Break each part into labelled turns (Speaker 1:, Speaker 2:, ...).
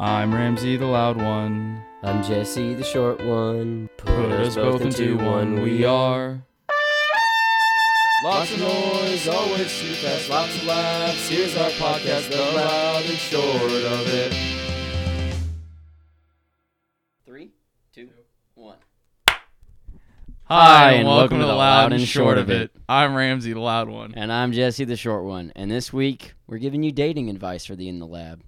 Speaker 1: I'm Ramsey the loud one.
Speaker 2: I'm Jesse, the short one.
Speaker 1: Put us both into one, we are.
Speaker 2: Lots of noise, always too fast, lots of laughs. Here's our podcast, the loud and short of it. Three, two, one.
Speaker 1: Hi, and welcome, to the loud and short of it. I'm Ramsey the loud one.
Speaker 2: And I'm Jesse, the short one. And this week, we're giving you dating advice for the In the Lab.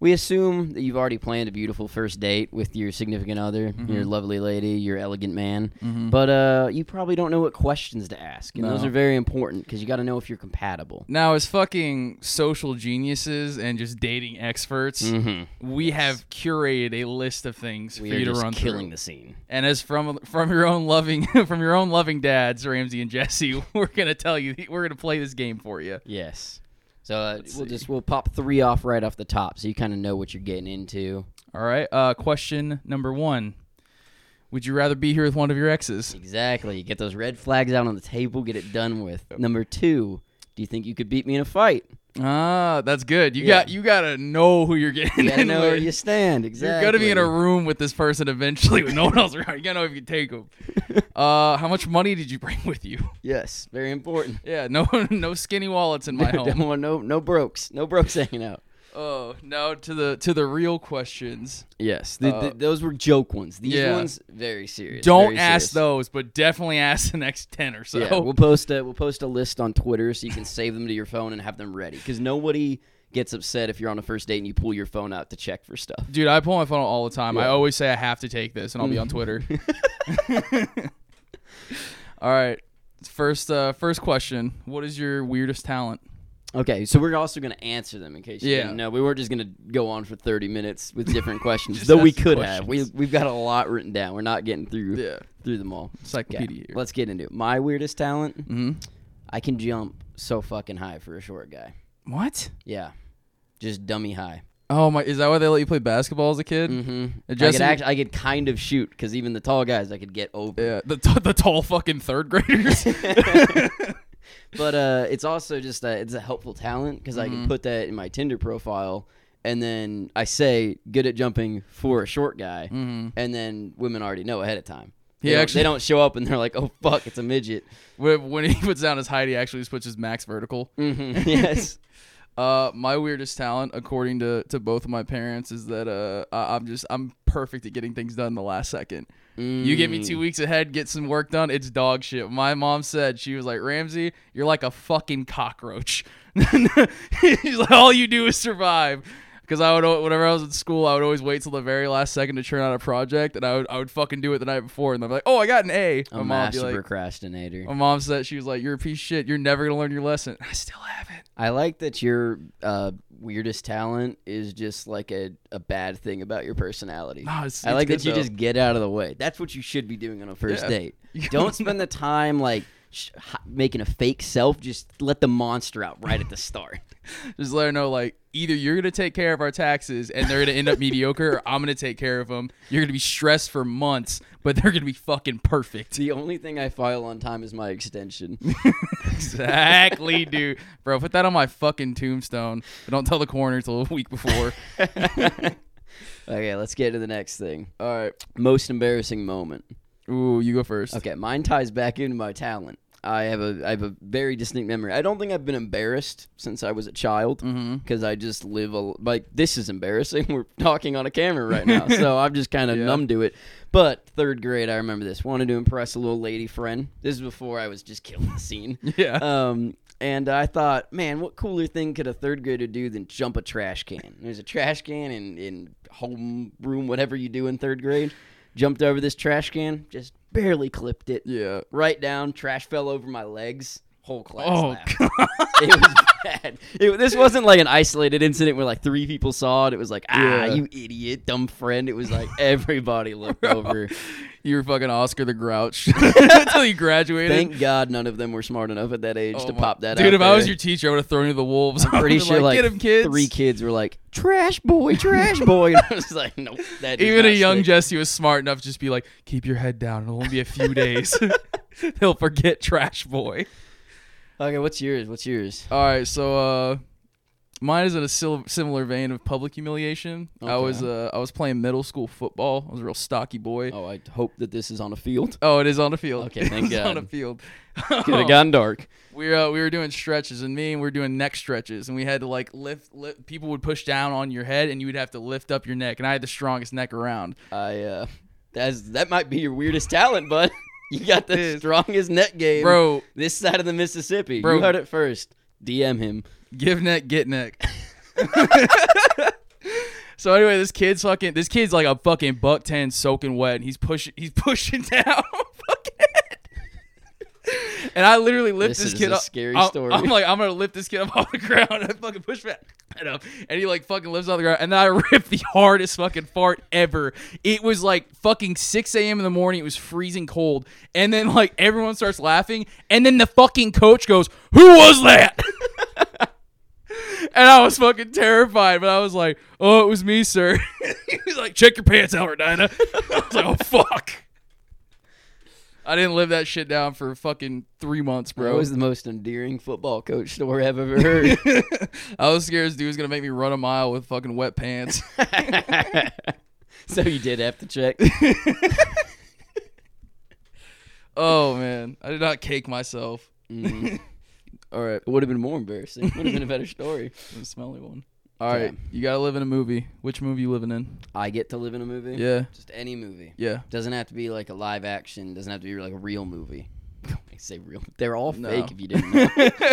Speaker 2: We assume that you've already planned a beautiful first date with your significant other,
Speaker 1: Mm-hmm.
Speaker 2: your lovely lady, your elegant man. But uh, you probably don't know what questions to ask, and those
Speaker 1: No.
Speaker 2: are very important because you got to know if you're compatible.
Speaker 1: Now, as fucking social geniuses and just dating experts,
Speaker 2: Mm-hmm.
Speaker 1: we have curated a list of things
Speaker 2: We
Speaker 1: for
Speaker 2: are
Speaker 1: you to
Speaker 2: just
Speaker 1: run
Speaker 2: killing
Speaker 1: through.
Speaker 2: the scene.
Speaker 1: And as from from your own loving from your own loving dads, Ramsey and Jesse, we're gonna tell you we're gonna play this game for you.
Speaker 2: Yes. So uh, we'll just we'll pop three off right off the top, so you kind of know what you're getting into.
Speaker 1: All right. Uh, question number one: Would you rather be here with one of your exes?
Speaker 2: Exactly. Get those red flags out on the table. Get it done with. Number two. Do you think you could beat me in a fight?
Speaker 1: Ah, that's good. You
Speaker 2: Yeah.
Speaker 1: got you gotta know who you're getting.
Speaker 2: You gotta
Speaker 1: in
Speaker 2: know where
Speaker 1: with.
Speaker 2: you stand.
Speaker 1: You're
Speaker 2: Exactly.
Speaker 1: gonna be in a room with this person eventually with no one else around. You gotta know if you take them. Uh, how much money did you bring with you?
Speaker 2: yes, very important.
Speaker 1: Yeah, no no skinny wallets in my
Speaker 2: Don't
Speaker 1: home.
Speaker 2: want no no brokes, no brokes hanging out.
Speaker 1: Oh, now to the to the real questions.
Speaker 2: Yes, th- th-
Speaker 1: Uh,
Speaker 2: those were joke ones. These
Speaker 1: yeah.
Speaker 2: ones very serious.
Speaker 1: Don't
Speaker 2: very
Speaker 1: ask
Speaker 2: serious.
Speaker 1: those, but definitely ask the next ten or so.
Speaker 2: Yeah, we'll post a we'll post a list on Twitter so you can save them to your phone and have them ready because nobody gets upset if you're on a first date and you pull your phone out to check for stuff.
Speaker 1: Dude, I pull my phone out all the time. I
Speaker 2: Yeah.
Speaker 1: always say I have to take this, and I'll be on Twitter. all right, first uh, first question: What is your weirdest talent?
Speaker 2: Okay, so we're also going to answer them in case you
Speaker 1: Yeah.
Speaker 2: didn't know. We weren't just going to go on for 30 minutes with different questions,
Speaker 1: Just
Speaker 2: though we
Speaker 1: ask the
Speaker 2: could have. We,
Speaker 1: questions.
Speaker 2: we've got a lot written down. We're not getting through
Speaker 1: Yeah,
Speaker 2: through them all. Okay,
Speaker 1: encyclopedia. here.
Speaker 2: let's get into it. My weirdest talent,
Speaker 1: Mhm.
Speaker 2: I can jump so fucking high for a short guy.
Speaker 1: What?
Speaker 2: Yeah, just dummy high.
Speaker 1: Oh my! Is that why they let you play basketball as a kid?
Speaker 2: Mm-hmm. I could
Speaker 1: Jesse-
Speaker 2: act, I could kind of shoot because even the tall guys I could get over.
Speaker 1: Yeah, the t- the tall fucking third graders.
Speaker 2: But uh, it's also just a, it's a helpful talent because I
Speaker 1: Mm-hmm.
Speaker 2: can put that in my Tinder profile, and then I say good at jumping for a short guy, and then women already know ahead of time. They,
Speaker 1: He
Speaker 2: don't,
Speaker 1: Mm-hmm. actually-
Speaker 2: they don't show up and they're like, oh fuck, it's a midget.
Speaker 1: when, when he puts down his height, he actually just puts his max vertical.
Speaker 2: Mm-hmm. yes.
Speaker 1: Uh, my weirdest talent, according to to both of my parents, is that uh, I- I'm just I'm perfect at getting things done in the last second. You give me two weeks ahead, get some work done. It's dog shit. My mom said she was like Ramsey, you're like a fucking cockroach. She's like all you do is survive. Because I would, al- whenever I was in school, I would always wait till the very last second to turn out a project, and I would, I would fucking do it the night before, and I'm like, oh, I got an A. mom
Speaker 2: A
Speaker 1: would be
Speaker 2: master
Speaker 1: like,
Speaker 2: procrastinator.
Speaker 1: My mom said she was like, "You're a piece of shit. You're never gonna learn your lesson." I still haven't.
Speaker 2: I like that your uh, weirdest talent is just like a, a bad thing about your personality.
Speaker 1: No, it's-
Speaker 2: I
Speaker 1: it's
Speaker 2: like
Speaker 1: good,
Speaker 2: that you
Speaker 1: though.
Speaker 2: just get out of the way. That's what you should be doing on a first
Speaker 1: Yeah.
Speaker 2: date. Don't spend the time like sh- hi- making a fake self. Just let the monster out right at the start.
Speaker 1: Just let her know, like, either you're gonna take care of our taxes and they're gonna end up mediocre, or I'm gonna take care of them. You're gonna be stressed for months, but they're gonna be fucking perfect.
Speaker 2: the only thing I file on time is my extension.
Speaker 1: exactly, dude, bro. Put that on my fucking tombstone, but don't tell the coroner till a week before.
Speaker 2: okay, let's get to the next thing.
Speaker 1: All right.
Speaker 2: Most embarrassing moment.
Speaker 1: Ooh, you go first.
Speaker 2: Okay, mine ties back into my talent. I have a I have a very distinct memory. I don't think I've been embarrassed since I was a child
Speaker 1: Mm-hmm.
Speaker 2: because I just live a like this is embarrassing. We're talking on a camera right now, so I'm just kind of
Speaker 1: Yeah.
Speaker 2: numb to it. But third grade, I remember this. Wanted to impress a little lady friend. This is before I was just killing the scene.
Speaker 1: Yeah.
Speaker 2: Um, and I thought, man, what cooler thing could a third grader do than jump a trash can? There's a trash can in, in home room, whatever you do in third grade. Jumped over this trash can, just barely clipped it.
Speaker 1: yeah.
Speaker 2: Right down, trash fell over my legs. Whole class
Speaker 1: Oh
Speaker 2: laughed. It was bad. It, this wasn't like an isolated incident where like three people saw it. It was like, ah,
Speaker 1: Yeah.
Speaker 2: you idiot, dumb friend. It was like everybody looked over.
Speaker 1: you were fucking Oscar the Grouch until you graduated.
Speaker 2: Thank God none of them were smart enough at that age
Speaker 1: Oh
Speaker 2: to
Speaker 1: my-
Speaker 2: pop that out.
Speaker 1: dude. if I was
Speaker 2: there.
Speaker 1: your teacher, I would have thrown you to the wolves. I
Speaker 2: I'm pretty
Speaker 1: would've
Speaker 2: sure
Speaker 1: been
Speaker 2: like
Speaker 1: get him kids.
Speaker 2: three kids were like, "Trash boy, trash boy." And I was like, "Nope." That did
Speaker 1: Even a
Speaker 2: not
Speaker 1: young
Speaker 2: stick."
Speaker 1: Jesse was smart enough to just be like, keep your head down. It'll only be a few days. He'll forget Trash Boy.
Speaker 2: Okay, what's yours? What's yours?
Speaker 1: All right, so uh, Mine is in a sil- similar vein of public humiliation. I was uh, I was playing middle school football. I was a real stocky boy. Oh,
Speaker 2: Oh, I hope that this is on a field.
Speaker 1: it is on the field.
Speaker 2: Okay, thank
Speaker 1: it's on
Speaker 2: God.
Speaker 1: the field.
Speaker 2: Could have gotten dark.
Speaker 1: we uh, we were doing stretches, and me and we were doing neck stretches, and we had to like lift, lift. People would push down on your head, and you would have to lift up your neck. And I had the strongest neck around.
Speaker 2: I uh, that's that might be your weirdest talent, bud. You got the
Speaker 1: Dude.
Speaker 2: strongest net game,
Speaker 1: Bro.
Speaker 2: This side of the Mississippi.
Speaker 1: Bro.
Speaker 2: You heard it first. DM him.
Speaker 1: Give neck, get neck. so anyway, this kid's fucking. This kid's like a fucking buck ten, soaking wet, and he's pushing. He's pushing down. on my fucking head. And I literally lift
Speaker 2: This
Speaker 1: this,
Speaker 2: is
Speaker 1: kid
Speaker 2: a
Speaker 1: up.
Speaker 2: scary
Speaker 1: I'm-
Speaker 2: story.
Speaker 1: I'm like, I'm gonna lift this kid up off the ground. And I fucking push back head up, and he like fucking lifts off the ground. And then I ripped the hardest fucking fart ever. It was like fucking 6 a.m. in the morning. It was freezing cold, and then like everyone starts laughing, and then the fucking coach goes, "Who was that?" And I was fucking terrified, but I was like, "Oh, it was me, sir." he was like, "Check your pants out, Regina." I was like, "Oh fuck." I didn't live that shit down for fucking three months,
Speaker 2: Bro,
Speaker 1: bro.
Speaker 2: was the most endearing football coach story I've ever heard.
Speaker 1: I was scared this dude was gonna make me run a mile with fucking wet pants.
Speaker 2: so you did have to check.
Speaker 1: oh man, I did not cake myself.
Speaker 2: Mm.
Speaker 1: All right,
Speaker 2: It would have been more embarrassing. Would have been a better story.
Speaker 1: a smelly one. All right,
Speaker 2: Okay.
Speaker 1: you gotta live in a movie. Which movie you living in?
Speaker 2: I get to live in a movie.
Speaker 1: Yeah,
Speaker 2: Just any movie.
Speaker 1: yeah.
Speaker 2: Doesn't have to be like a live action. Doesn't have to be like a real movie. I say real. They're all
Speaker 1: No.
Speaker 2: fake. If you didn't know.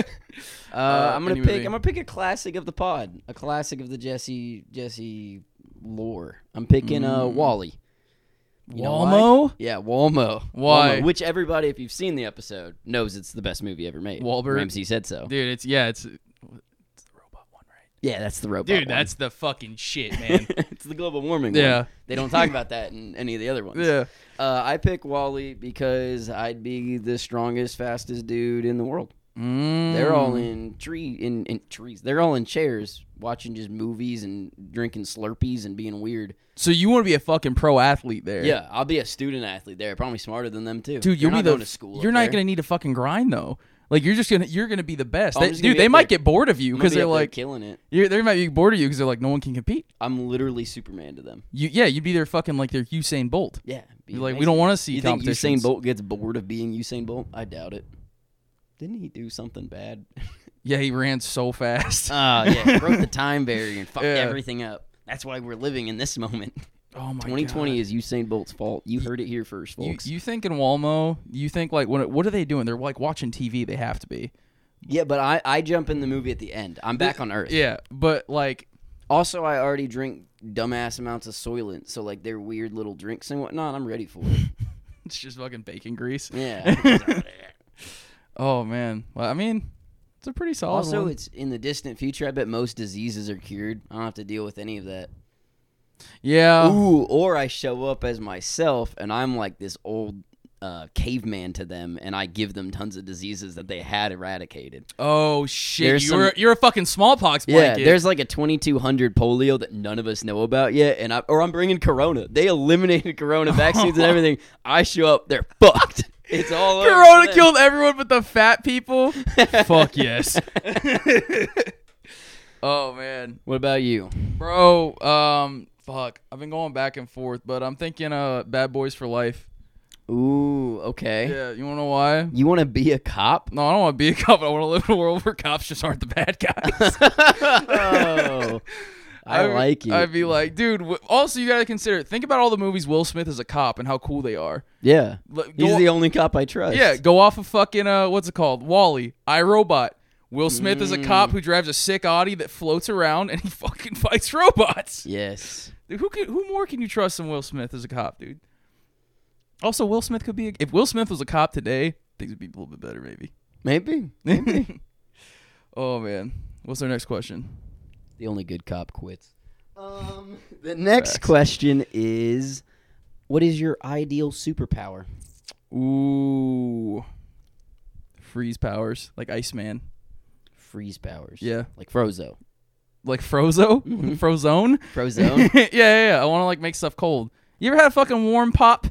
Speaker 2: uh, I'm gonna
Speaker 1: any
Speaker 2: pick.
Speaker 1: movie.
Speaker 2: I'm gonna pick a classic of the pod. A classic of the Jesse Jesse lore. I'm picking
Speaker 1: Mm.
Speaker 2: uh, Wally. You know why?
Speaker 1: Walmo?
Speaker 2: Yeah, Walmo.
Speaker 1: Why?
Speaker 2: Walmo, which everybody, if you've seen the episode, knows it's the best movie ever made.
Speaker 1: Wahlberg?
Speaker 2: Ramsey said so.
Speaker 1: Dude, it's yeah, it's, it's the robot one, right?
Speaker 2: Yeah, that's the robot.
Speaker 1: Dude,
Speaker 2: one.
Speaker 1: that's the fucking shit, man.
Speaker 2: it's the global warming.
Speaker 1: Yeah.
Speaker 2: one. they don't talk about that in any of the other ones.
Speaker 1: yeah.
Speaker 2: Uh, I pick Wally because I'd be the strongest, fastest dude in the world. They're
Speaker 1: Mm.
Speaker 2: all in tree in, in trees. They're all in chairs watching just movies and drinking Slurpees and being weird.
Speaker 1: So you want to be a fucking pro athlete there?
Speaker 2: Yeah, I'll be a student athlete there. Probably smarter than them too.
Speaker 1: dude,
Speaker 2: They're
Speaker 1: you'll
Speaker 2: not
Speaker 1: be the.
Speaker 2: going to school.
Speaker 1: you're
Speaker 2: up
Speaker 1: not
Speaker 2: there.
Speaker 1: gonna need to fucking grind though. Like you're just gonna you're gonna be the best.
Speaker 2: I'm
Speaker 1: They-
Speaker 2: just gonna
Speaker 1: dude,
Speaker 2: be
Speaker 1: they
Speaker 2: up
Speaker 1: might
Speaker 2: there-
Speaker 1: get bored of you
Speaker 2: I'm gonna
Speaker 1: because
Speaker 2: be
Speaker 1: they're
Speaker 2: up there
Speaker 1: like
Speaker 2: killing it.
Speaker 1: you're, they might be bored of you because they're like no one can compete.
Speaker 2: I'm literally Superman to them.
Speaker 1: You yeah, you'd be their fucking like their Usain Bolt.
Speaker 2: Yeah, be
Speaker 1: You're like we
Speaker 2: amazing.
Speaker 1: don't want to see
Speaker 2: You think
Speaker 1: competitions.
Speaker 2: Usain Bolt gets bored of being Usain Bolt? I doubt it. Didn't he do something bad?
Speaker 1: Yeah, he ran so fast.
Speaker 2: Ah, yeah, broke the time barrier and fucked
Speaker 1: Yeah.
Speaker 2: everything up. That's why we're living in this moment.
Speaker 1: oh my
Speaker 2: 2020
Speaker 1: God.
Speaker 2: is Usain Bolt's fault. You heard it here first,
Speaker 1: You,
Speaker 2: folks.
Speaker 1: you think in Walmo? You think like when? What are they doing? They're like watching TV. They have to be.
Speaker 2: yeah, but I, I jump in the movie at the end. I'm back on Earth.
Speaker 1: Yeah, but like
Speaker 2: Also, I already drink dumbass amounts of Soylent, so like their weird little drinks and whatnot, I'm ready for it.
Speaker 1: it's just fucking bacon grease.
Speaker 2: Yeah.
Speaker 1: Oh man. Well, I mean, it's a pretty solid.
Speaker 2: also,
Speaker 1: one.
Speaker 2: it's in the distant future. I bet most diseases are cured. I don't have to deal with any of that.
Speaker 1: yeah.
Speaker 2: Ooh, or I show up as myself and I'm like this old uh, caveman to them and I give them tons of diseases that they had eradicated.
Speaker 1: Oh shit.
Speaker 2: There's
Speaker 1: You're you're a fucking smallpox
Speaker 2: Yeah,
Speaker 1: blanket.
Speaker 2: there's like a 2200 polio that none of us know about yet and I or I'm bringing corona. They eliminated corona vaccines and everything. I show up, they're fucked. It's all over for
Speaker 1: Corona
Speaker 2: them.
Speaker 1: killed everyone but the fat people. Fuck yes. oh man,
Speaker 2: What about you?
Speaker 1: bro. Um, fuck. I've been going back and forth, but I'm thinking uh, Bad Boys for Life.
Speaker 2: Ooh, okay.
Speaker 1: Yeah. You wanna know why?
Speaker 2: You want to be a cop?
Speaker 1: No, I don't want to be a cop. I want to live in a world where cops just aren't the bad guys.
Speaker 2: oh, I,
Speaker 1: I'd-
Speaker 2: like you.
Speaker 1: I'd be like, dude. W- also, you gotta consider. Think about all the movies Will Smith is a cop and how cool they are.
Speaker 2: yeah.
Speaker 1: Like,
Speaker 2: He's
Speaker 1: go-
Speaker 2: the only cop I trust.
Speaker 1: Yeah, go off of fucking uh, what's it called? Wally, iRobot. Will Smith is a cop
Speaker 2: Mm.
Speaker 1: who drives a sick Audi that floats around and he fucking fights robots.
Speaker 2: Yes.
Speaker 1: Dude, who can, who more can you trust than Will Smith as a cop, dude? Also, Will Smith could be a, if Will Smith was a cop today, things would be a little bit better, maybe.
Speaker 2: Maybe.
Speaker 1: oh man, what's our next question?
Speaker 2: The only good cop quits. Um, the next question is what is your ideal superpower?
Speaker 1: Ooh, freeze powers like Iceman,
Speaker 2: Freeze powers.
Speaker 1: Yeah.
Speaker 2: Like Frozo.
Speaker 1: like Frozo, Frozone.
Speaker 2: Frozone?
Speaker 1: yeah, yeah, yeah. I want to like make stuff cold. You ever had a fucking warm pop?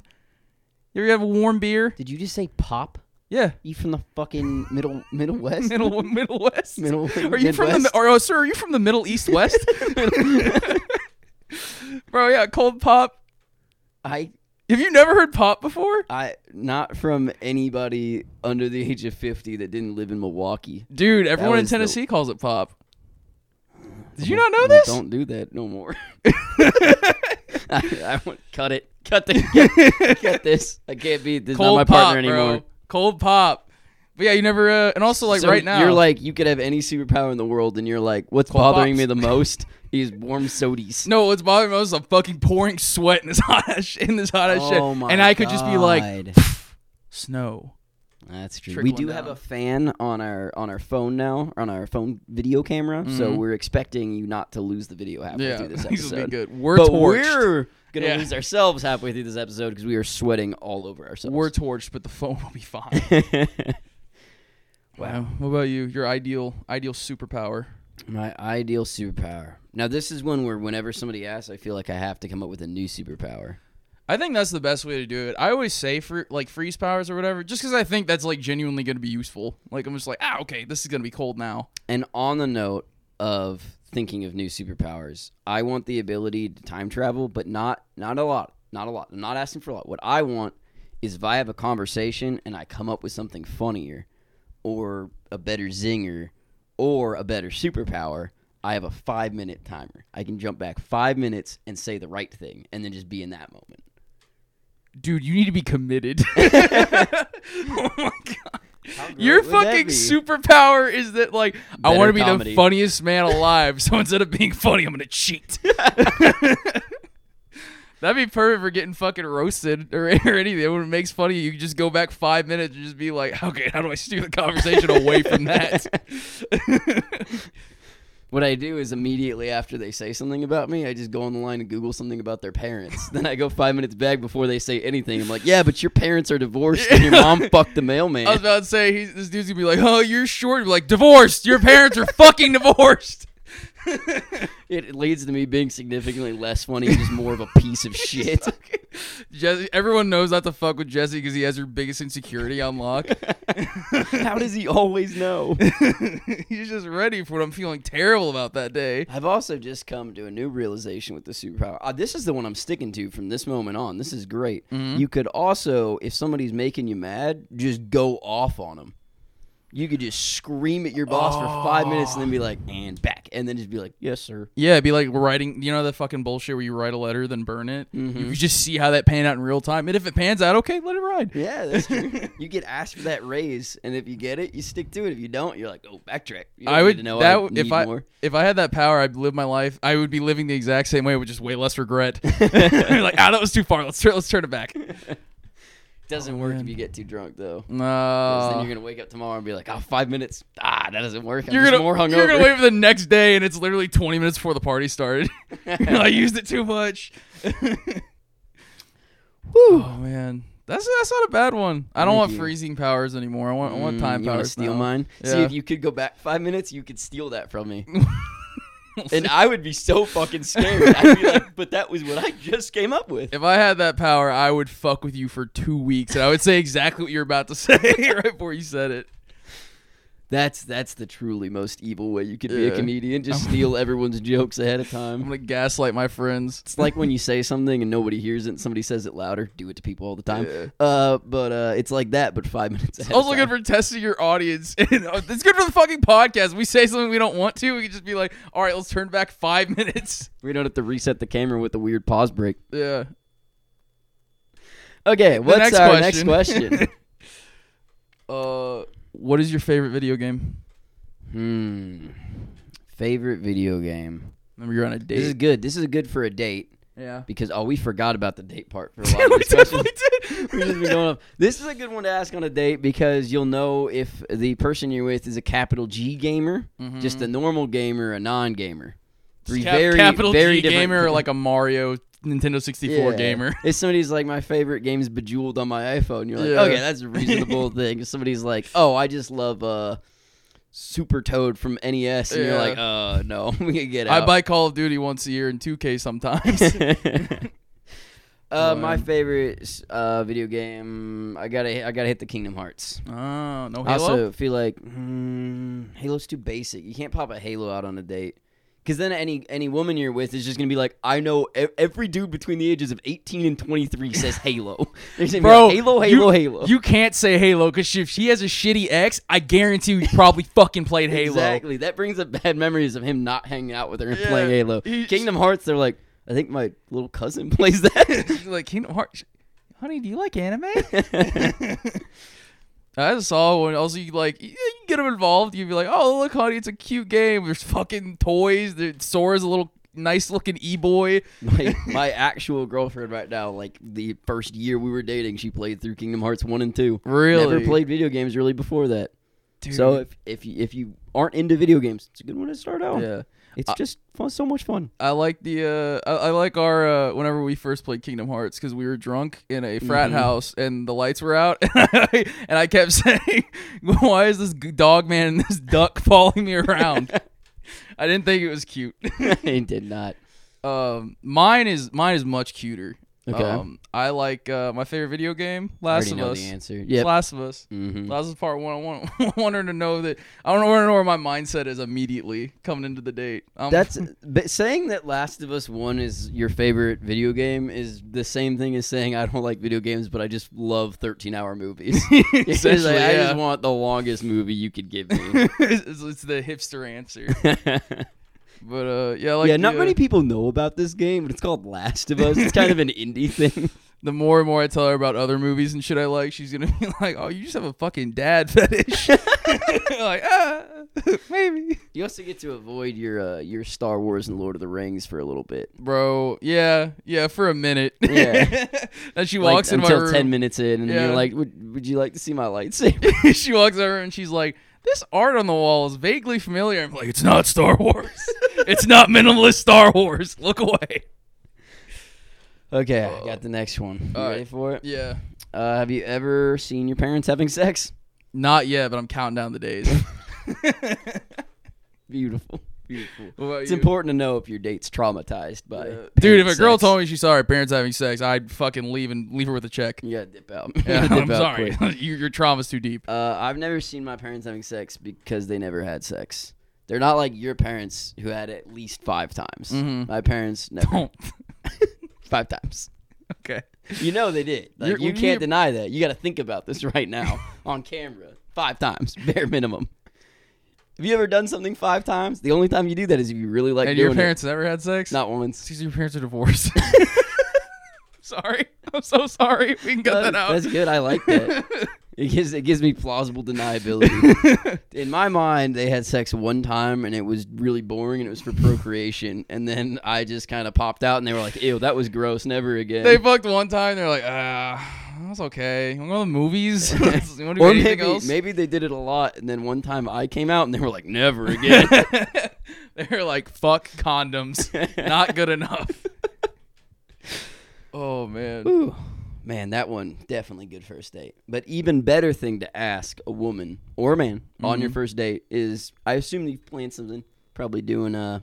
Speaker 1: You ever have a warm beer?
Speaker 2: Did you just say pop?
Speaker 1: Yeah.
Speaker 2: You from the fucking middle middle west?
Speaker 1: Middle Middle West.
Speaker 2: Middle-
Speaker 1: Are you from the
Speaker 2: Midwest?
Speaker 1: or, oh, sir, are you from the Middle East West? Bro, yeah, cold pop.
Speaker 2: I
Speaker 1: Have you never heard pop before?
Speaker 2: I not from anybody under the age of fifty that didn't live in Milwaukee.
Speaker 1: Dude, everyone in
Speaker 2: was the-
Speaker 1: Tennessee calls it pop. Did you not know
Speaker 2: Well,
Speaker 1: this?
Speaker 2: Don't do that no more. I, I want cut it. Cut the cut, this. I can't be this is not
Speaker 1: Cold
Speaker 2: my
Speaker 1: pop,
Speaker 2: partner anymore.
Speaker 1: bro. Cold pop. But yeah, you never uh, and also like
Speaker 2: So
Speaker 1: right now
Speaker 2: you're like you could have any superpower in the world, and you're like, what's
Speaker 1: Cold
Speaker 2: bothering
Speaker 1: pops.
Speaker 2: me the most is warm sodies.
Speaker 1: No, what's bothering me most is I'm fucking pouring sweat in this hot ass sh- in this hot ass shit. and I could just be like
Speaker 2: Oh God.
Speaker 1: snow.
Speaker 2: That's true. We
Speaker 1: Trickling
Speaker 2: do have
Speaker 1: down.
Speaker 2: a fan on our on our phone now, on our phone video camera. So we're expecting you not to lose the video halfway
Speaker 1: Mm-hmm. Yeah.
Speaker 2: through this
Speaker 1: These will be
Speaker 2: episode.
Speaker 1: good. We're
Speaker 2: but
Speaker 1: torched.
Speaker 2: we're gonna
Speaker 1: Yeah.
Speaker 2: lose ourselves halfway through this episode because we are sweating all over ourselves.
Speaker 1: We're torched, but the phone will be fine. wow. What about you? Your ideal ideal superpower.
Speaker 2: My ideal superpower. Now this is one where whenever somebody asks, I feel like I have to come up with a new superpower.
Speaker 1: I think that's the best way to do it. I always say for like freeze powers or whatever, just because I think that's like genuinely going to be useful. Like I'm just like, ah, okay, this is going to be cold now.
Speaker 2: And on the note of thinking of new superpowers, I want the ability to time travel, but not not a lot, not a lot. I'm not asking for a lot. What I want is if I have a conversation and I come up with something funnier, or a better zinger, or a better superpower. I have a five minute timer. I can jump back five minutes and say the right thing, and then just be in that moment.
Speaker 1: Dude, you need to be committed. oh my god. Your
Speaker 2: great would that
Speaker 1: fucking
Speaker 2: be?
Speaker 1: superpower is that like I
Speaker 2: Better
Speaker 1: want to be
Speaker 2: comedy.
Speaker 1: the funniest man alive. So instead of being funny, I'm gonna cheat. That'd be perfect for getting fucking roasted or, or anything. When it makes funny, you can just go back five minutes and just be like, okay, how do I steer the conversation away from that?
Speaker 2: What I do is immediately after they say something about me, I just go on the line and Google something about their parents. then I go five minutes back before they say anything. I'm like, yeah, but your parents are divorced and your mom fucked the mailman.
Speaker 1: I was about to say he's, this dude's gonna be like, "Oh, you're short." You're like, "Divorced. Your parents are fucking divorced."
Speaker 2: it leads to me being significantly less funny and just more of a piece of shit.
Speaker 1: Jesse, everyone knows not to fuck with Jesse because he has your biggest insecurity on lock.
Speaker 2: How does he always know?
Speaker 1: he's just ready for what I'm feeling terrible about that day.
Speaker 2: I've also just come to a new realization with the superpower. Uh, this is the one I'm sticking to from this moment on. This is great.
Speaker 1: Mm-hmm.
Speaker 2: You could also, if somebody's making you mad, just go off on them. You could just scream at your boss for five minutes and then be like, and back. And then just be like, yes, sir.
Speaker 1: Yeah, it'd be like writing, you know, that fucking bullshit where you write a letter then burn it.
Speaker 2: Mm-hmm.
Speaker 1: You could just see how that pan out in real time, and if it pans out, okay, let it ride.
Speaker 2: Yeah, that's true. you get asked for that raise. And if you get it, you stick to it. If you don't, you're like, oh, backtrack. You don't
Speaker 1: I
Speaker 2: need
Speaker 1: would
Speaker 2: to know
Speaker 1: that
Speaker 2: I
Speaker 1: w- if
Speaker 2: need
Speaker 1: I
Speaker 2: more.
Speaker 1: if I had that power, I'd live my life. I would be living the exact same way with just way less regret. like, ah, that was too far. Let's turn let's turn it back. Oh,
Speaker 2: Doesn't work if you get too drunk, though. 'Cause
Speaker 1: No.
Speaker 2: then you're going to wake up tomorrow and be like, oh, five minutes. Ah, that doesn't work. I'm
Speaker 1: You're
Speaker 2: just
Speaker 1: gonna
Speaker 2: more hungover.
Speaker 1: you're gonna wait for the next day, and it's literally 20 minutes before the party started. I used it too much. Oh man, that's that's not a bad one. I don't
Speaker 2: Thank
Speaker 1: want
Speaker 2: you.
Speaker 1: freezing powers anymore. I want I want
Speaker 2: Mm,
Speaker 1: time
Speaker 2: you wanna
Speaker 1: powers.
Speaker 2: steal
Speaker 1: now.
Speaker 2: mine? See
Speaker 1: Yeah.
Speaker 2: if you could go back five minutes, you could steal that from me, and I would be so fucking scared. I'd be like, but that was what I just came up with.
Speaker 1: if I had that power, I would fuck with you for two weeks, and I would say exactly what you're about to say right before you said it.
Speaker 2: That's that's the truly most evil way you could be
Speaker 1: Yeah.
Speaker 2: a comedian. Just steal everyone's jokes ahead of time.
Speaker 1: I'm gonna gaslight my friends.
Speaker 2: It's like when you say something and nobody hears it and somebody says it louder. Do it to people all the time. Uh, but uh, it's like that, but five minutes ahead.
Speaker 1: It's also
Speaker 2: of
Speaker 1: good
Speaker 2: time.
Speaker 1: for testing your audience. And uh, it's good for the fucking podcast. We say something we don't want to. We can just be like, all right, let's turn back five minutes.
Speaker 2: we don't have to reset the camera with the weird pause break.
Speaker 1: Yeah.
Speaker 2: Okay, what's
Speaker 1: next
Speaker 2: our next
Speaker 1: question.
Speaker 2: question?
Speaker 1: Uh, what is your favorite video game?
Speaker 2: hmm, favorite video game.
Speaker 1: Remember, you're on a
Speaker 2: This is
Speaker 1: date.
Speaker 2: good. This is good for a date.
Speaker 1: Yeah.
Speaker 2: because oh, we forgot about the date part for a lot
Speaker 1: we
Speaker 2: of discussion.
Speaker 1: definitely did.
Speaker 2: We've just been going up. This is a good one to ask on a date because you'll know if the person you're with is a capital G gamer, just a normal gamer, a non-gamer. Three
Speaker 1: Mm-hmm. Cap-
Speaker 2: very
Speaker 1: capital
Speaker 2: very
Speaker 1: G
Speaker 2: different
Speaker 1: gamer or like a Mario Nintendo 64
Speaker 2: Yeah.
Speaker 1: gamer.
Speaker 2: If somebody's like, my favorite game is Bejeweled on my iPhone, you're like,
Speaker 1: Yeah.
Speaker 2: okay, that's a reasonable thing. If somebody's like, oh, I just love uh, Super Toad from NES, and
Speaker 1: Yeah.
Speaker 2: you're like, uh, no, we can get out.
Speaker 1: I buy Call of Duty once a year and 2K sometimes.
Speaker 2: uh, Uh,
Speaker 1: Well,
Speaker 2: my
Speaker 1: um,
Speaker 2: favorite uh, video game. I gotta I gotta hit the Kingdom Hearts.
Speaker 1: Oh no,
Speaker 2: I
Speaker 1: Halo.
Speaker 2: also feel like mm, Halo's too basic. You can't pop a Halo out on a date. Cause then any any woman you're with is just gonna be like, I know ev- every dude between the ages of 18 and 23 says Halo. They're gonna be
Speaker 1: Bro,
Speaker 2: like, Halo,
Speaker 1: you-
Speaker 2: Halo, Halo.
Speaker 1: You can't say Halo because if she has a shitty ex, I guarantee you probably fucking played Halo.
Speaker 2: Exactly. That brings up bad memories of him not hanging out with her and
Speaker 1: Yeah,
Speaker 2: playing Halo.
Speaker 1: he-
Speaker 2: Kingdom Hearts, they're like, I think my little cousin plays that.
Speaker 1: She's like Kingdom Hearts. Honey, do you like anime? I just saw one. Also, you like you you get them involved. You'd be like, "Oh, look, honey, it's a cute game. There's fucking toys. There, Sora's a little nice looking e boy.
Speaker 2: my, my actual girlfriend right now, like the first year we were dating, she played through Kingdom Hearts 1 and 2. Never
Speaker 1: Really?
Speaker 2: played video games really before that.
Speaker 1: Dude.
Speaker 2: So if if you, if you aren't into video games, it's a good one to start out.
Speaker 1: yeah, Uh,
Speaker 2: It's just fun, so much fun.
Speaker 1: I like the uh, I, I like our uh, whenever we first played Kingdom Hearts because we were drunk in a frat
Speaker 2: Mm-hmm.
Speaker 1: house and the lights were out and I, and I kept saying, "Why is this g- dog man and this duck following me around?" I didn't think it was cute.
Speaker 2: I did not.
Speaker 1: um, mine is mine is much cuter.
Speaker 2: Okay.
Speaker 1: Um, I like uh, my favorite video game,
Speaker 2: I
Speaker 1: Last
Speaker 2: already
Speaker 1: of
Speaker 2: know
Speaker 1: Us.
Speaker 2: the answer.
Speaker 1: It's
Speaker 2: Yep.
Speaker 1: Last of Us.
Speaker 2: Mhm.
Speaker 1: Last of Us Part One. I want I want her to know that I don't want to know where my mindset is immediately coming into the date. Um, I'm,
Speaker 2: That's but saying that Last of Us One is your favorite video game is the same thing as saying I don't like video games, but I just love thirteen-hour movies. It's just
Speaker 1: Essentially,
Speaker 2: like, I
Speaker 1: yeah.
Speaker 2: just want the longest movie you could give me.
Speaker 1: it's, it's the hipster answer. But uh, yeah, like
Speaker 2: yeah, not
Speaker 1: the, uh,
Speaker 2: many people know about this game, but it's called Last of Us. It's kind of an indie thing.
Speaker 1: the more and more I tell her about other movies and shit I like, she's gonna be like, "Oh, you just have a fucking dad fetish." like, ah, maybe,
Speaker 2: You also get to avoid your uh, your Star Wars and Lord of the Rings for a little bit.
Speaker 1: bro. Yeah, yeah, for a minute.
Speaker 2: Yeah.
Speaker 1: and she
Speaker 2: Like,
Speaker 1: walks in
Speaker 2: until
Speaker 1: my room.
Speaker 2: ten minutes in, and
Speaker 1: Yeah.
Speaker 2: you're like, would, "Would you like to see my lightsaber?"
Speaker 1: she walks over and she's like, "This art on the wall is vaguely familiar." I'm like, "It's not Star Wars. it's not minimalist Star Wars. Look away."
Speaker 2: okay, I
Speaker 1: Uh,
Speaker 2: got the next one. You
Speaker 1: all
Speaker 2: ready
Speaker 1: right.
Speaker 2: for it?
Speaker 1: Yeah,
Speaker 2: Uh, have you ever seen your parents having sex?
Speaker 1: not yet, but I'm counting down the days.
Speaker 2: Beautiful, beautiful.
Speaker 1: What about
Speaker 2: It's
Speaker 1: you?
Speaker 2: important to know if your date's traumatized by.
Speaker 1: Yeah. Dude, if a
Speaker 2: parent
Speaker 1: girl
Speaker 2: sex.
Speaker 1: told me she saw her parents having sex, I'd fucking leave and leave her with a check.
Speaker 2: you gotta dip out.
Speaker 1: Yeah,
Speaker 2: Dip
Speaker 1: I'm
Speaker 2: out
Speaker 1: sorry.
Speaker 2: quick.
Speaker 1: your, your trauma's too deep.
Speaker 2: Uh, I've never seen my parents having sex because they never had sex. They're not like your parents who had at least five times.
Speaker 1: Mhm.
Speaker 2: My parents never
Speaker 1: Don't.
Speaker 2: five times.
Speaker 1: okay.
Speaker 2: You know they did. Like,
Speaker 1: You're-
Speaker 2: you
Speaker 1: when
Speaker 2: can't
Speaker 1: you're-
Speaker 2: deny that. You got to think about this right now on camera. Five times, bare minimum. Have you ever done something five times? The only time you do that is if you really like
Speaker 1: and
Speaker 2: doing
Speaker 1: your parents never had sex?
Speaker 2: it. Not once.
Speaker 1: Excuse me, your parents are divorced. sorry. I'm so sorry. We can cut that
Speaker 2: That- That's
Speaker 1: out.
Speaker 2: good. I like that. it gives it gives me plausible deniability. In my mind, they had sex one time and it was really boring and it was for procreation. And then I just kind of popped out and they were like, "Ew, that was gross. Never again."
Speaker 1: They fucked one time. They're like, ah, that's okay. You want to go to the movies? you want to do
Speaker 2: or
Speaker 1: anything
Speaker 2: maybe
Speaker 1: else?
Speaker 2: maybe they did it a lot and then one time I came out and they were like, "Never again."
Speaker 1: They're like, fuck condoms. Not good enough. oh, man.
Speaker 2: Ooh, man, that one definitely good first date. But even better thing to ask a woman or a man on
Speaker 1: Mm-hmm.
Speaker 2: your first date is, I assume you've planned something. Probably doing uh,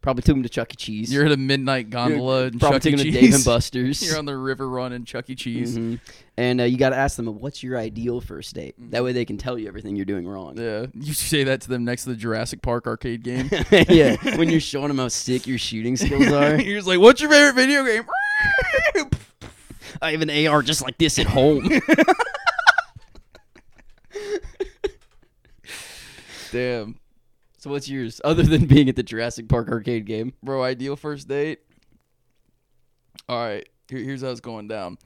Speaker 2: probably took him to Chuck E. Cheese.
Speaker 1: You're at a midnight
Speaker 2: You're
Speaker 1: gondola and
Speaker 2: probably
Speaker 1: Chuck E.
Speaker 2: took 'em
Speaker 1: Cheese.
Speaker 2: to Dave and Buster's.
Speaker 1: You're on the river run in Chuck E. Cheese.
Speaker 2: Mhm. And uh, you got to ask them, what's your ideal first date?
Speaker 1: Mm.
Speaker 2: That way they can tell you everything you're doing wrong.
Speaker 1: Yeah, you say that to them next to the Jurassic Park arcade game.
Speaker 2: yeah, when you're showing them how sick your shooting skills are.
Speaker 1: You're just like, "What's your favorite video game?"
Speaker 2: I have an AR just like this at home.
Speaker 1: Damn,
Speaker 2: so what's yours other than being at the Jurassic Park arcade game?
Speaker 1: bro, ideal first date. All right, here, here's how it's going down.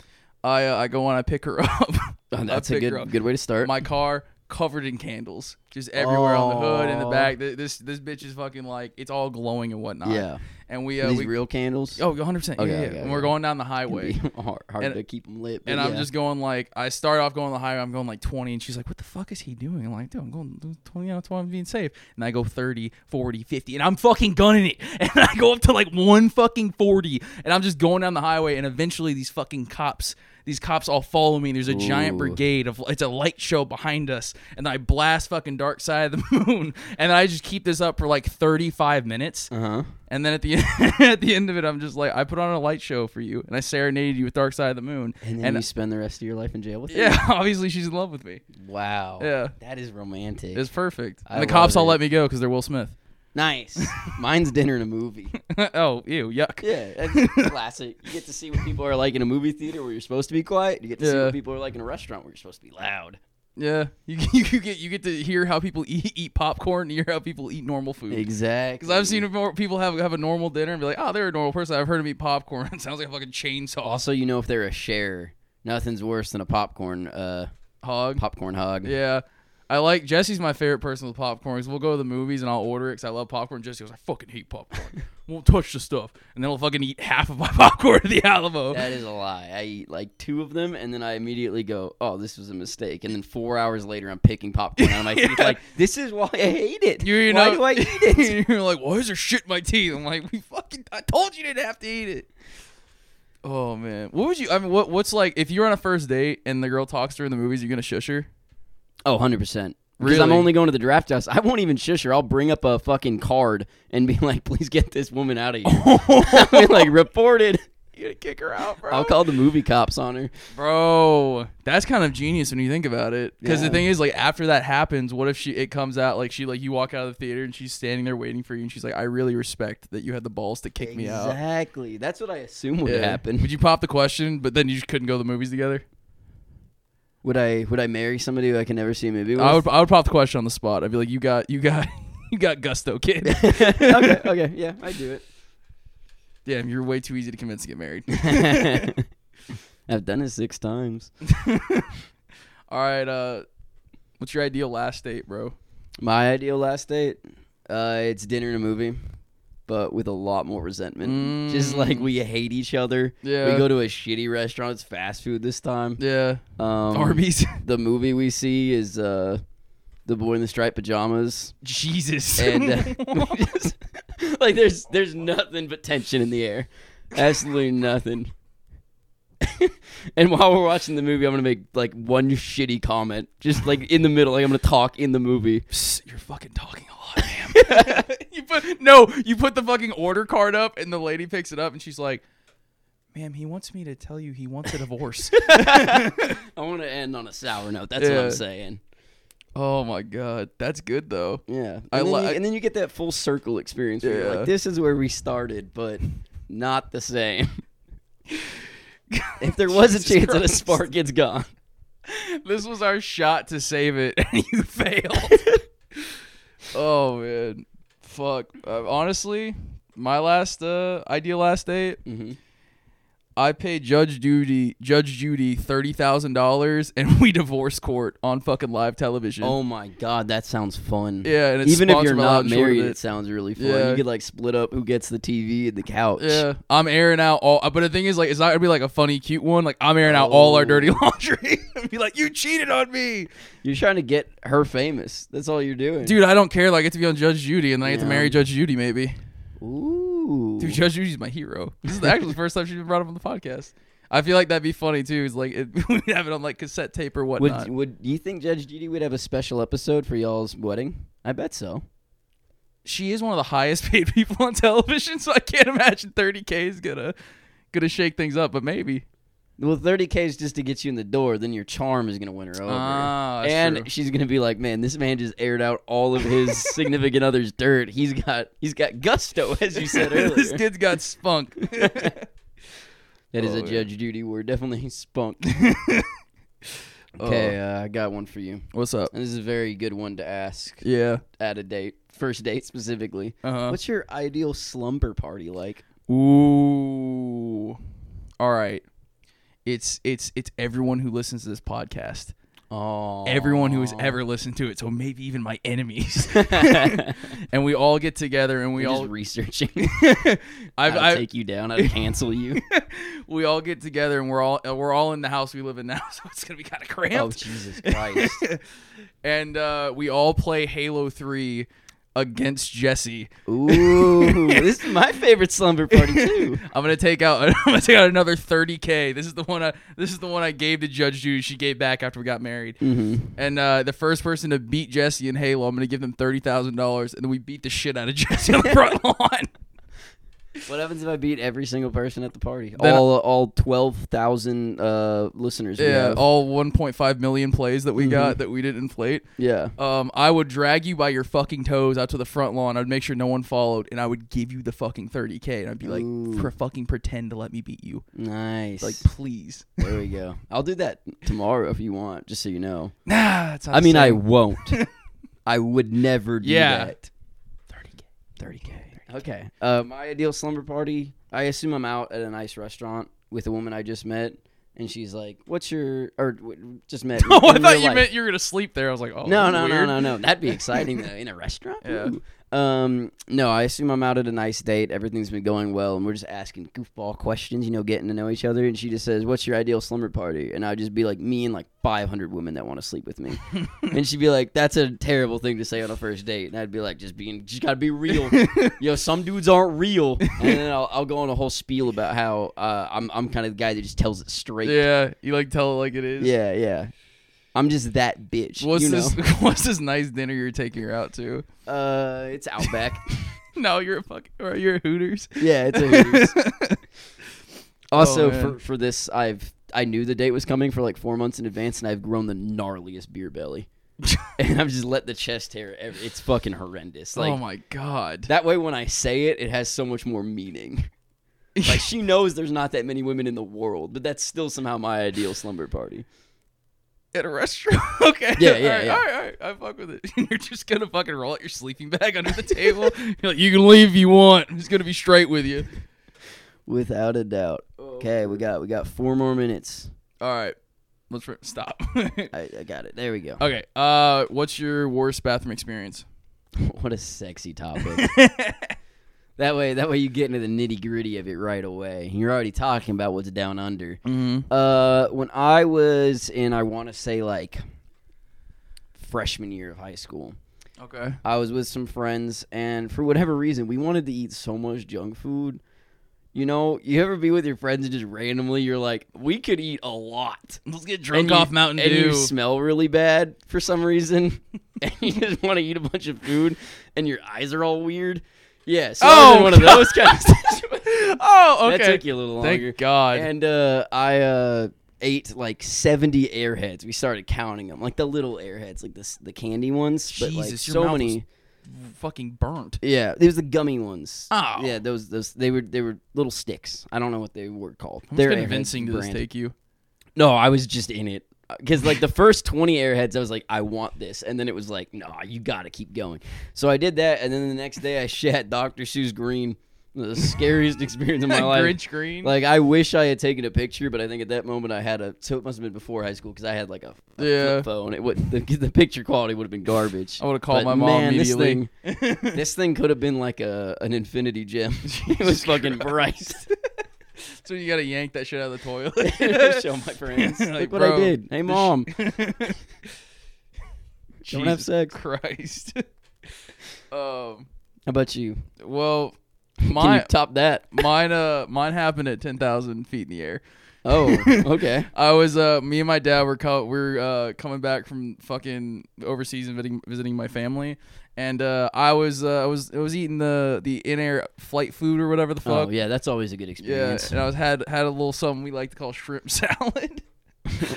Speaker 1: I uh, I go on, I pick her up. I
Speaker 2: Oh, that's a
Speaker 1: pick
Speaker 2: good
Speaker 1: her up.
Speaker 2: good way to start.
Speaker 1: My car covered in candles, just everywhere on the hood in the
Speaker 2: Aw.
Speaker 1: back. Th- This this bitch is fucking like it's all glowing and whatnot.
Speaker 2: Yeah.
Speaker 1: and we uh,
Speaker 2: these
Speaker 1: we
Speaker 2: real candles.
Speaker 1: oh 100 percent yeah,
Speaker 2: Okay,
Speaker 1: yeah.
Speaker 2: okay,
Speaker 1: and we're
Speaker 2: okay.
Speaker 1: going down the
Speaker 2: It'd
Speaker 1: highway.
Speaker 2: be hard, hard
Speaker 1: And-
Speaker 2: to keep them lit. but
Speaker 1: And I'm
Speaker 2: yeah.
Speaker 1: just going like I start off going on the highway. I'm going like 20, and she's like, "What the fuck is he doing?" I'm like, "Dude, I'm going 20 out of 20. I'm being safe." And I go 30, 40, 50, and I'm fucking gunning it. And I go up to like one fucking 40, and I'm just going down the highway. And eventually, these fucking cops These cops all follow me. And there's a giant
Speaker 2: Ooh.
Speaker 1: brigade of it's a light show behind us, and I blast fucking Dark Side of the Moon, and I just keep this up for like 35 minutes,
Speaker 2: Uh huh.
Speaker 1: and then at the end, at the end of it, I'm just like, I put on a light show for you, and I serenaded you with Dark Side of the Moon,
Speaker 2: And then you spend the rest of your life in jail with her?
Speaker 1: yeah, obviously she's in love with me.
Speaker 2: Wow.
Speaker 1: Yeah.
Speaker 2: That is romantic.
Speaker 1: It's perfect.
Speaker 2: I
Speaker 1: and the
Speaker 2: love
Speaker 1: cops all
Speaker 2: it.
Speaker 1: let me go because they're Will Smith.
Speaker 2: nice. Mine's dinner and a movie.
Speaker 1: oh, ew, yuck.
Speaker 2: Yeah, that's classic. You get to see what people are like in a movie theater where you're supposed to be quiet. You get to see
Speaker 1: Yeah.
Speaker 2: what people are like in a restaurant where you're supposed to be loud.
Speaker 1: Yeah, you, you get you get to hear how people eat, eat popcorn, and hear how people eat normal food.
Speaker 2: Exactly.
Speaker 1: Because I've seen more people have have a normal dinner and be like, oh, they're a normal person. I've heard them eat popcorn. It sounds like a fucking chainsaw
Speaker 2: Also, you know if they're a share, nothing's worse than a popcorn uh
Speaker 1: hog.
Speaker 2: popcorn hog.
Speaker 1: Yeah. I like Jesse's my favorite person with popcorn because we'll go to the movies and I'll order it because I love popcorn. Jesse goes, I fucking hate popcorn. Won't touch the stuff. And then he'll fucking eat half of my popcorn at the Alamo.
Speaker 2: That is a lie. I eat like two of them, and then I immediately go, "Oh, this was a mistake." And then four hours later, I'm picking popcorn out of my teeth.
Speaker 1: Yeah.
Speaker 2: Like this is why I hate it.
Speaker 1: You, you
Speaker 2: why
Speaker 1: know,
Speaker 2: do I eat it?
Speaker 1: you're like, why is there shit in my teeth? I'm like, we fucking, I told you didn't have to eat it. Oh man, what would you? I mean, what what's like if you're on a first date and the girl talks to her in the movies, you're gonna shush her?
Speaker 2: oh, 100 percent. Because I'm
Speaker 1: Really?
Speaker 2: only going to the draft house. I won't even shush her. I'll bring up a fucking card and be like, "Please get this woman out of here." I mean, like reported.
Speaker 1: You're gonna kick her out, bro.
Speaker 2: I'll call the movie cops on her.
Speaker 1: bro, that's kind of genius when you think about it. Because
Speaker 2: Yeah.
Speaker 1: the thing is, like, after that happens, what if she? It comes out like she like you walk out of the theater and she's standing there waiting for you, and she's like, I really respect that you had the balls to kick me out.
Speaker 2: Exactly. That's what I assume would
Speaker 1: Yeah.
Speaker 2: happen.
Speaker 1: Would you pop the question, but then you just couldn't go to the movies together?
Speaker 2: Would I? Would I marry somebody who I can never see a movie with?
Speaker 1: I would I would pop the question on the spot. I'd be like, you got you got you got gusto, kid.
Speaker 2: okay. Okay. Yeah, I do it.
Speaker 1: Damn, you're way too easy to convince to get married.
Speaker 2: I've done it six times.
Speaker 1: All right, uh, what's your ideal last date, bro?
Speaker 2: My ideal last date, uh, it's dinner and a movie, but with a lot more resentment. Just like we hate each other.
Speaker 1: Yeah.
Speaker 2: We go to a shitty restaurant. It's fast food this time.
Speaker 1: Yeah,
Speaker 2: Um,
Speaker 1: Arby's.
Speaker 2: The movie we see is uh, the boy in the striped pajamas,
Speaker 1: Jesus.
Speaker 2: and uh, we just- like there's there's nothing but tension in the air, absolutely nothing. and while we're watching the movie, I'm gonna make like one shitty comment, just like in the middle. Like I'm gonna talk in the movie.
Speaker 1: Psst, you're fucking talking a lot, man. you put no, you put the fucking order card up, and the lady picks it up, and she's like, "Ma'am, he wants me to tell you he wants a divorce."
Speaker 2: I want to end on a sour note. That's what
Speaker 1: Yeah.
Speaker 2: I'm saying.
Speaker 1: oh my god, that's good though.
Speaker 2: Yeah, and,
Speaker 1: I
Speaker 2: then,
Speaker 1: li-
Speaker 2: you, and then you get that full circle experience. Where you're
Speaker 1: Yeah.
Speaker 2: like, this is where we started, but not the same. if there was a
Speaker 1: Jesus
Speaker 2: chance that a
Speaker 1: Christ.
Speaker 2: spark gets gone,
Speaker 1: This was our shot to save it, and you failed. oh man, fuck. Uh, honestly, my last uh, ideal last date,
Speaker 2: Mhm.
Speaker 1: I paid Judge Judy Judge Judy thirty thousand dollars, and we divorced court on fucking live television.
Speaker 2: oh my god, that sounds fun.
Speaker 1: Yeah, and it's
Speaker 2: even if
Speaker 1: sponsored
Speaker 2: you're
Speaker 1: by
Speaker 2: not
Speaker 1: Lounge Short of
Speaker 2: married,
Speaker 1: It.
Speaker 2: it sounds really fun.
Speaker 1: Yeah.
Speaker 2: You could like split up who gets the TV and the couch.
Speaker 1: yeah, I'm airing out all. uh, But the thing is, like, it's not gonna be like a funny, cute one. Like, I'm airing out all
Speaker 2: Oh.
Speaker 1: our dirty laundry. and be like, you cheated on me,
Speaker 2: You're trying to get her famous. That's all you're doing,
Speaker 1: dude. I don't care. Like, I get to be on Judge Judy, and then I get
Speaker 2: Yeah.
Speaker 1: to marry Judge Judy, maybe.
Speaker 2: Ooh,
Speaker 1: Dude, Judge Judy's my hero. This is actually the first time she's been brought up on the podcast. I feel like that'd be funny too. It's like it, we'd have it on like cassette tape or
Speaker 2: would
Speaker 1: whatnot.
Speaker 2: would you think Judge Judy would have a special episode for y'all's wedding? I bet so.
Speaker 1: she is one of the highest paid people on television, so I can't imagine 30k is gonna gonna shake things up. But maybe.
Speaker 2: Well, 30K is just to get you in the door. Then your charm is going to win her over.
Speaker 1: Ah, that's
Speaker 2: and
Speaker 1: true.
Speaker 2: she's going to be like, man, this man just aired out all of his significant other's dirt. He's got he's got gusto, as you said earlier.
Speaker 1: this kid's got spunk.
Speaker 2: that is
Speaker 1: Oh,
Speaker 2: a
Speaker 1: yeah.
Speaker 2: Judge Judy word. Definitely spunk.
Speaker 1: Oh.
Speaker 2: okay, uh, I got one for you.
Speaker 1: What's up?
Speaker 2: And this is a very good one to ask
Speaker 1: Yeah.
Speaker 2: at a date, first date specifically.
Speaker 1: Uh-huh.
Speaker 2: What's your ideal slumber party like?
Speaker 1: Ooh. All right. It's it's it's everyone who listens to this podcast.
Speaker 2: Oh,
Speaker 1: Everyone who has ever listened to it. So maybe even my enemies. and we all get together and we
Speaker 2: You're
Speaker 1: all
Speaker 2: just researching
Speaker 1: I've,
Speaker 2: how to
Speaker 1: I,
Speaker 2: take you down, how to cancel you.
Speaker 1: we all get together and we're all uh, we're all in the house we live in now, so it's gonna be kind of
Speaker 2: oh,
Speaker 1: cramped.
Speaker 2: Jesus Christ.
Speaker 1: and uh, we all play Halo Three against Jesse.
Speaker 2: Ooh, this is my favorite slumber party too.
Speaker 1: I'm gonna take out. I'm gonna take out another 30k. This is the one. I, this is the one I gave to Judge Judy. She gave back after we got married.
Speaker 2: Mm-hmm.
Speaker 1: And uh, the first person to beat Jesse in Halo, I'm gonna give them thirty thousand dollars, and then we beat the shit out of Jesse on the front lawn.
Speaker 2: What happens if I beat every single person at the party?
Speaker 1: Then-
Speaker 2: all all twelve thousand uh, listeners. we
Speaker 1: Yeah,
Speaker 2: have.
Speaker 1: all 1.5 million plays
Speaker 2: Mm-hmm.
Speaker 1: that we got that we didn't inflate.
Speaker 2: yeah.
Speaker 1: Um, I would drag you by your fucking toes out to the front lawn. I'd make sure no one followed, and I would give you the fucking 30k, and I'd be like,
Speaker 2: Ooh.
Speaker 1: "Pre- "Fucking pretend to let me beat you,
Speaker 2: Nice.
Speaker 1: like please."
Speaker 2: there we go. I'll do that tomorrow if you want, just so you know.
Speaker 1: Nah, it's not
Speaker 2: I
Speaker 1: the
Speaker 2: mean, I
Speaker 1: same.
Speaker 2: won't. I would never do
Speaker 1: Yeah.
Speaker 2: that.
Speaker 1: 30k, 30k.
Speaker 2: Okay. Uh, my ideal slumber party. I assume I'm out at a nice restaurant with a woman I just met, and she's like, "What's your?" Or w- just met.
Speaker 1: Oh, I
Speaker 2: in
Speaker 1: thought
Speaker 2: real
Speaker 1: you
Speaker 2: life.
Speaker 1: meant you were gonna sleep there. I was like, "Oh,
Speaker 2: No, no,
Speaker 1: weird.
Speaker 2: no, no, no. That'd be exciting though. In a restaurant.
Speaker 1: Yeah.
Speaker 2: Ooh. Um. No, I assume I'm out at a nice date. Everything's been going well, and we're just asking goofball questions. You know, getting to know each other. And she just says, "What's your ideal slumber party?" And I'd just be like, "Me and like 500 women that want to sleep with me." and she'd be like, "That's a terrible thing to say on a first date." And I'd be like, "Just being, just gotta be real. you know, some dudes aren't real." And then I'll, I'll go on a whole spiel about how uh, I'm I'm kind of the guy that just tells it straight.
Speaker 1: Yeah, you like tell it like it is.
Speaker 2: Yeah. Yeah. I'm just that bitch.
Speaker 1: What's
Speaker 2: you know?
Speaker 1: this? What's this nice dinner you're taking her out to?
Speaker 2: Uh, it's Outback.
Speaker 1: No, you're a fucking. Or you're a Hooters.
Speaker 2: yeah, it's a Hooters. also,
Speaker 1: Oh, man.
Speaker 2: for for this, I've I knew the date was coming for like four months in advance, and I've grown the gnarliest beer belly, and I've just let the chest hair. ev- It's fucking horrendous. Like
Speaker 1: oh my god.
Speaker 2: that way, when I say it, it has so much more meaning. Like she knows there's not that many women in the world, but that's still somehow my ideal slumber party.
Speaker 1: At a restaurant. okay.
Speaker 2: Yeah, yeah,
Speaker 1: all right,
Speaker 2: yeah.
Speaker 1: All right, all right. I fuck with it. you're just gonna fucking roll out your sleeping bag under the table. You're like, you can leave if you want. I'm just gonna be straight with you.
Speaker 2: Without a doubt. Okay, we got we got four more minutes.
Speaker 1: All right. Let's re- stop.
Speaker 2: I, I got it. There we go.
Speaker 1: okay. Uh, what's your worst bathroom experience?
Speaker 2: What a sexy topic. that way, that way you get into the nitty gritty of it right away. You're already talking about what's down under.
Speaker 1: Mm-hmm.
Speaker 2: Uh, when I was in, I want to say like freshman year of high school,
Speaker 1: Okay.
Speaker 2: I was with some friends, and for whatever reason, we wanted to eat so much junk food. You know, you ever be with your friends and just randomly you're like, we could eat a lot.
Speaker 1: Let's get drunk
Speaker 2: And you-
Speaker 1: off Mountain
Speaker 2: and
Speaker 1: Dew.
Speaker 2: you smell really bad for some reason, and you just want to eat a bunch of food, and your eyes are all weird. Yeah, so I was in
Speaker 1: Oh,
Speaker 2: one of those kind of situations.
Speaker 1: oh, okay.
Speaker 2: That took you a little longer.
Speaker 1: Thank God.
Speaker 2: And uh, I uh, ate like seventy airheads. We started counting them, like the little airheads, like the s- the candy ones, but like
Speaker 1: Jesus, your
Speaker 2: so
Speaker 1: mouth
Speaker 2: many.
Speaker 1: was- fucking burnt.
Speaker 2: Yeah, it was the gummy ones.
Speaker 1: Oh.
Speaker 2: yeah, those those they were they were little sticks. I don't know what they were called.
Speaker 1: How
Speaker 2: They're
Speaker 1: much convincing
Speaker 2: Airheads
Speaker 1: does this
Speaker 2: brand.
Speaker 1: take you?
Speaker 2: No, I was just in it because like the first twenty airheads, I was like, I want this, and then it was like, nah, you gotta keep going. So I did that, and then the next day I shat Dr. Seuss green, the scariest experience of my life.
Speaker 1: Grinch green.
Speaker 2: Like I wish I had taken a picture, but I think at that moment I had a. So it must have been before high school because I had like a, a
Speaker 1: Yeah.
Speaker 2: flip phone. It would the, the picture quality would have been garbage.
Speaker 1: I would've called
Speaker 2: But
Speaker 1: my mom
Speaker 2: man,
Speaker 1: immediately.
Speaker 2: This thing, this thing could have been like a an infinity gem. it was fucking bright.
Speaker 1: so you gotta yank that shit out of the toilet.
Speaker 2: Show my friends.
Speaker 1: Like,
Speaker 2: Look what I
Speaker 1: bro,
Speaker 2: did. Hey,
Speaker 1: this
Speaker 2: mom.
Speaker 1: Jesus
Speaker 2: Don't have sex.
Speaker 1: Christ. um.
Speaker 2: How about you?
Speaker 1: Well,
Speaker 2: Can you
Speaker 1: my
Speaker 2: top that?
Speaker 1: mine uh mine happened at ten thousand feet in the air.
Speaker 2: Oh, okay.
Speaker 1: I was uh me and my dad were co- we are uh coming back from fucking overseas and visiting, visiting my family, and uh I was uh, I was I was eating the the in air flight food or whatever the fuck.
Speaker 2: Oh yeah, that's always a good
Speaker 1: Yeah,
Speaker 2: experience.
Speaker 1: and I was had had a little something we like to call shrimp salad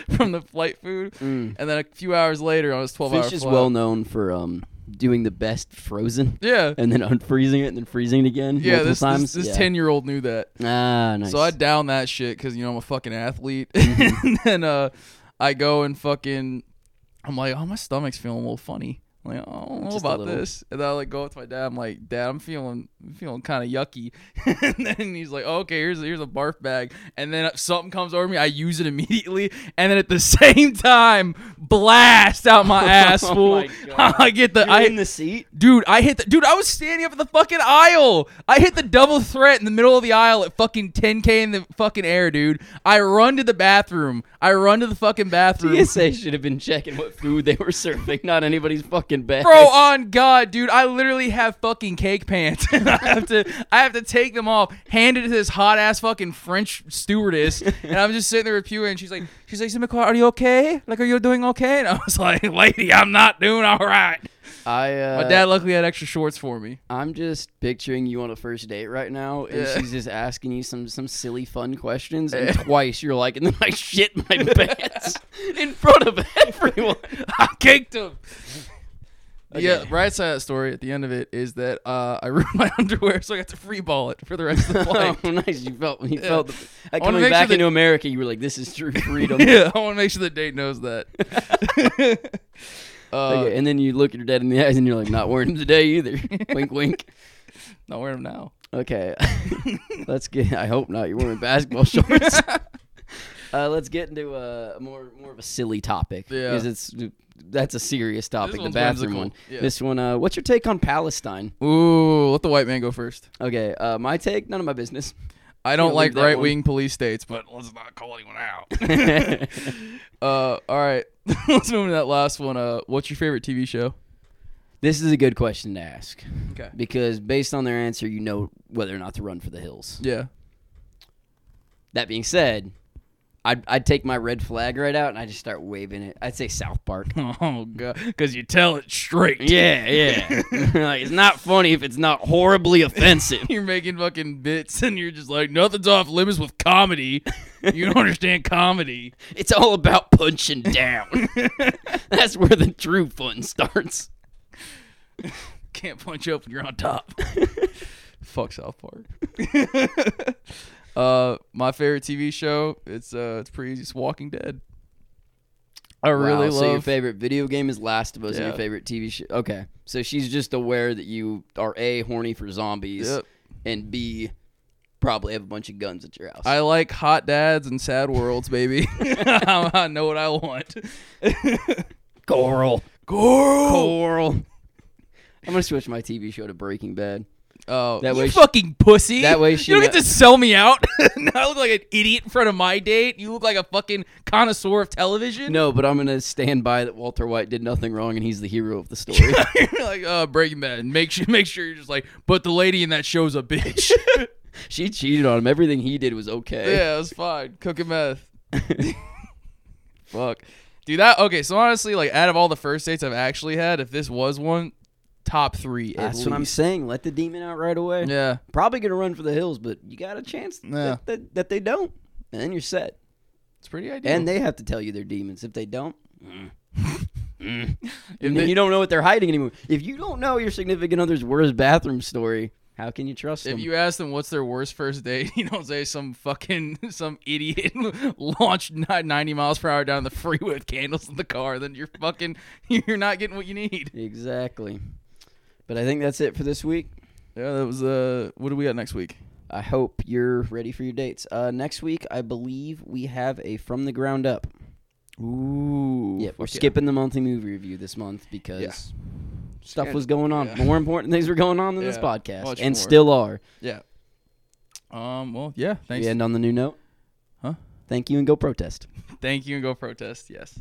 Speaker 1: from the flight food,
Speaker 2: Mm.
Speaker 1: and then a few hours later on his twelve hour
Speaker 2: Fish is
Speaker 1: flight.
Speaker 2: well known for um doing the best frozen
Speaker 1: yeah,
Speaker 2: and then unfreezing it and then freezing it again
Speaker 1: yeah.
Speaker 2: multiple
Speaker 1: This
Speaker 2: times.
Speaker 1: this
Speaker 2: Yeah.
Speaker 1: ten year old knew that,
Speaker 2: Ah, nice. Mm-hmm.
Speaker 1: so I down that shit because you know I'm a fucking athlete, and then uh, I go and fucking, I'm like, oh my stomach's feeling a little funny. I'm like, oh, I don't know
Speaker 2: Just a
Speaker 1: about
Speaker 2: little.
Speaker 1: this, and then I like go up to my dad. I'm like, Dad, I'm feeling, I'm feeling kind of yucky, and then he's like, "Oh, okay, here's here's a barf bag, and then uh, something comes over me. I use it immediately, and then at the same time, blast out my ass,
Speaker 2: Oh
Speaker 1: fool.
Speaker 2: my God.
Speaker 1: I get the
Speaker 2: You're
Speaker 1: I
Speaker 2: in the seat.
Speaker 1: Dude, I hit the dude. I was standing up in the fucking aisle. I hit the double threat in the middle of the aisle at fucking 10k in the fucking air, dude. I run to the bathroom. I run to the fucking bathroom.
Speaker 2: TSA should have been checking what food they were serving, not anybody's fucking looking bad.
Speaker 1: Bro, on God, dude, I literally have fucking cake pants. And I have to, I have to take them off, hand it to this hot ass fucking French stewardess, and I'm just sitting there with Pew, and she's like, she's like, "Samika, are you okay? Like, are you doing okay?" And I was like, "Lady, I'm not doing all right."
Speaker 2: I uh,
Speaker 1: My dad luckily had extra shorts for me.
Speaker 2: I'm just picturing you on a first date right now, and
Speaker 1: Yeah.
Speaker 2: she's just asking you some some silly fun questions, and twice you're like, and then I shit my pants in front of everyone.
Speaker 1: I caked him. Yeah,
Speaker 2: Okay.
Speaker 1: bright side of that story at the end of it is that uh, I ruined my underwear, so I got to free ball it for the rest of the
Speaker 2: oh,
Speaker 1: flight.
Speaker 2: nice! You felt you felt. The, uh,
Speaker 1: wanna
Speaker 2: coming
Speaker 1: make sure
Speaker 2: back
Speaker 1: that-
Speaker 2: into America, you were like, this is true freedom.
Speaker 1: yeah, I want to make sure the date knows that. uh,
Speaker 2: Okay, and then you look at your dad in the eyes, and you're like, not wearing them today either. wink, wink.
Speaker 1: Not wearing them now.
Speaker 2: Okay, let's get. I hope not. You're wearing basketball shorts. uh, let's get into a more more of a silly topic
Speaker 1: Yeah.
Speaker 2: because it's that's a serious topic. The
Speaker 1: one's
Speaker 2: bathroom
Speaker 1: whimsical.
Speaker 2: one.
Speaker 1: Yeah.
Speaker 2: This one. Uh, what's your take on Palestine?
Speaker 1: Ooh, let the white man go first.
Speaker 2: Okay, uh, my take. None of my business.
Speaker 1: I don't
Speaker 2: leave
Speaker 1: like
Speaker 2: that one.
Speaker 1: right wing police states, but let's not call anyone out. uh, all right, let's move to that last one. Uh, what's your favorite TV show?
Speaker 2: This is a good question to ask
Speaker 1: Okay.
Speaker 2: because based on their answer, you know whether or not to run for the hills.
Speaker 1: Yeah.
Speaker 2: That being said, I'd I'd take my red flag right out and I just start waving it. I'd say South Park.
Speaker 1: Oh god, because you tell it straight.
Speaker 2: Yeah, yeah. like, it's not funny if it's not horribly offensive.
Speaker 1: You're making fucking bits, and you're just like nothing's off limits with comedy. you don't understand comedy.
Speaker 2: It's all about punching down. That's where the true fun starts.
Speaker 1: Can't punch up when you're on top. Fuck South Park. uh, my favorite TV show. It's uh, it's pretty easy. It's Walking Dead. I really love.
Speaker 2: Wow, So your favorite video game is Last of Us, and
Speaker 1: Yeah.
Speaker 2: your favorite TV show. Okay, so she's just aware that you are a horny for zombies,
Speaker 1: Yep.
Speaker 2: and b probably have a bunch of guns at your house.
Speaker 1: I like hot dads and sad worlds, baby. I know what I want.
Speaker 2: Coral,
Speaker 1: Coral.
Speaker 2: Coral. I'm gonna switch my TV show to Breaking Bad.
Speaker 1: Oh,
Speaker 2: That
Speaker 1: you
Speaker 2: way she-
Speaker 1: fucking pussy.
Speaker 2: that way she
Speaker 1: You don't
Speaker 2: kno-
Speaker 1: get to sell me out. now I look like an idiot in front of my date. You look like a fucking connoisseur of television.
Speaker 2: No, but I'm gonna stand by that Walter White did nothing wrong, and he's the hero of the story.
Speaker 1: You're like uh, Breaking Bad. Make sure, make sure you're just like, but the lady in that show's a bitch.
Speaker 2: she cheated on him. Everything he did was okay.
Speaker 1: yeah, it was fine. Cooking meth. Fuck, dude. That okay. So honestly, like out of all the first dates I've actually had, if this was one, top three. at
Speaker 2: That's what I'm
Speaker 1: least.
Speaker 2: saying. Let the demon out right away.
Speaker 1: Yeah.
Speaker 2: Probably gonna run for the hills, but you got a chance that-
Speaker 1: Yeah.
Speaker 2: that, that they don't, and then you're set.
Speaker 1: It's pretty ideal.
Speaker 2: And they have to tell you they're demons. If they don't,
Speaker 1: If
Speaker 2: and
Speaker 1: they-
Speaker 2: then you don't know what they're hiding anymore. If you don't know your significant other's worst bathroom story, how can you trust them?
Speaker 1: if you ask them what's their worst first date, you don't say some fucking some idiot launched ni- 90 miles per hour down the freeway with candles in the car. Then you're fucking you're not getting what you need.
Speaker 2: exactly. But I think that's it for this week.
Speaker 1: Yeah, that was uh. What do we got next week?
Speaker 2: I hope you're ready for your dates. Uh, next week, I believe we have a from the ground up.
Speaker 1: Ooh.
Speaker 2: Yeah, we're
Speaker 1: fuck
Speaker 2: skipping the monthly movie review this month because
Speaker 1: Yeah.
Speaker 2: stuff was going on.
Speaker 1: Yeah.
Speaker 2: More important things were going on than this
Speaker 1: Yeah,
Speaker 2: podcast,
Speaker 1: much
Speaker 2: and
Speaker 1: more.
Speaker 2: still are.
Speaker 1: Yeah. Um. Well. Yeah. Thanks.
Speaker 2: We end on the new note.
Speaker 1: Huh?
Speaker 2: Thank you and go protest.
Speaker 1: Thank you and go protest. Yes.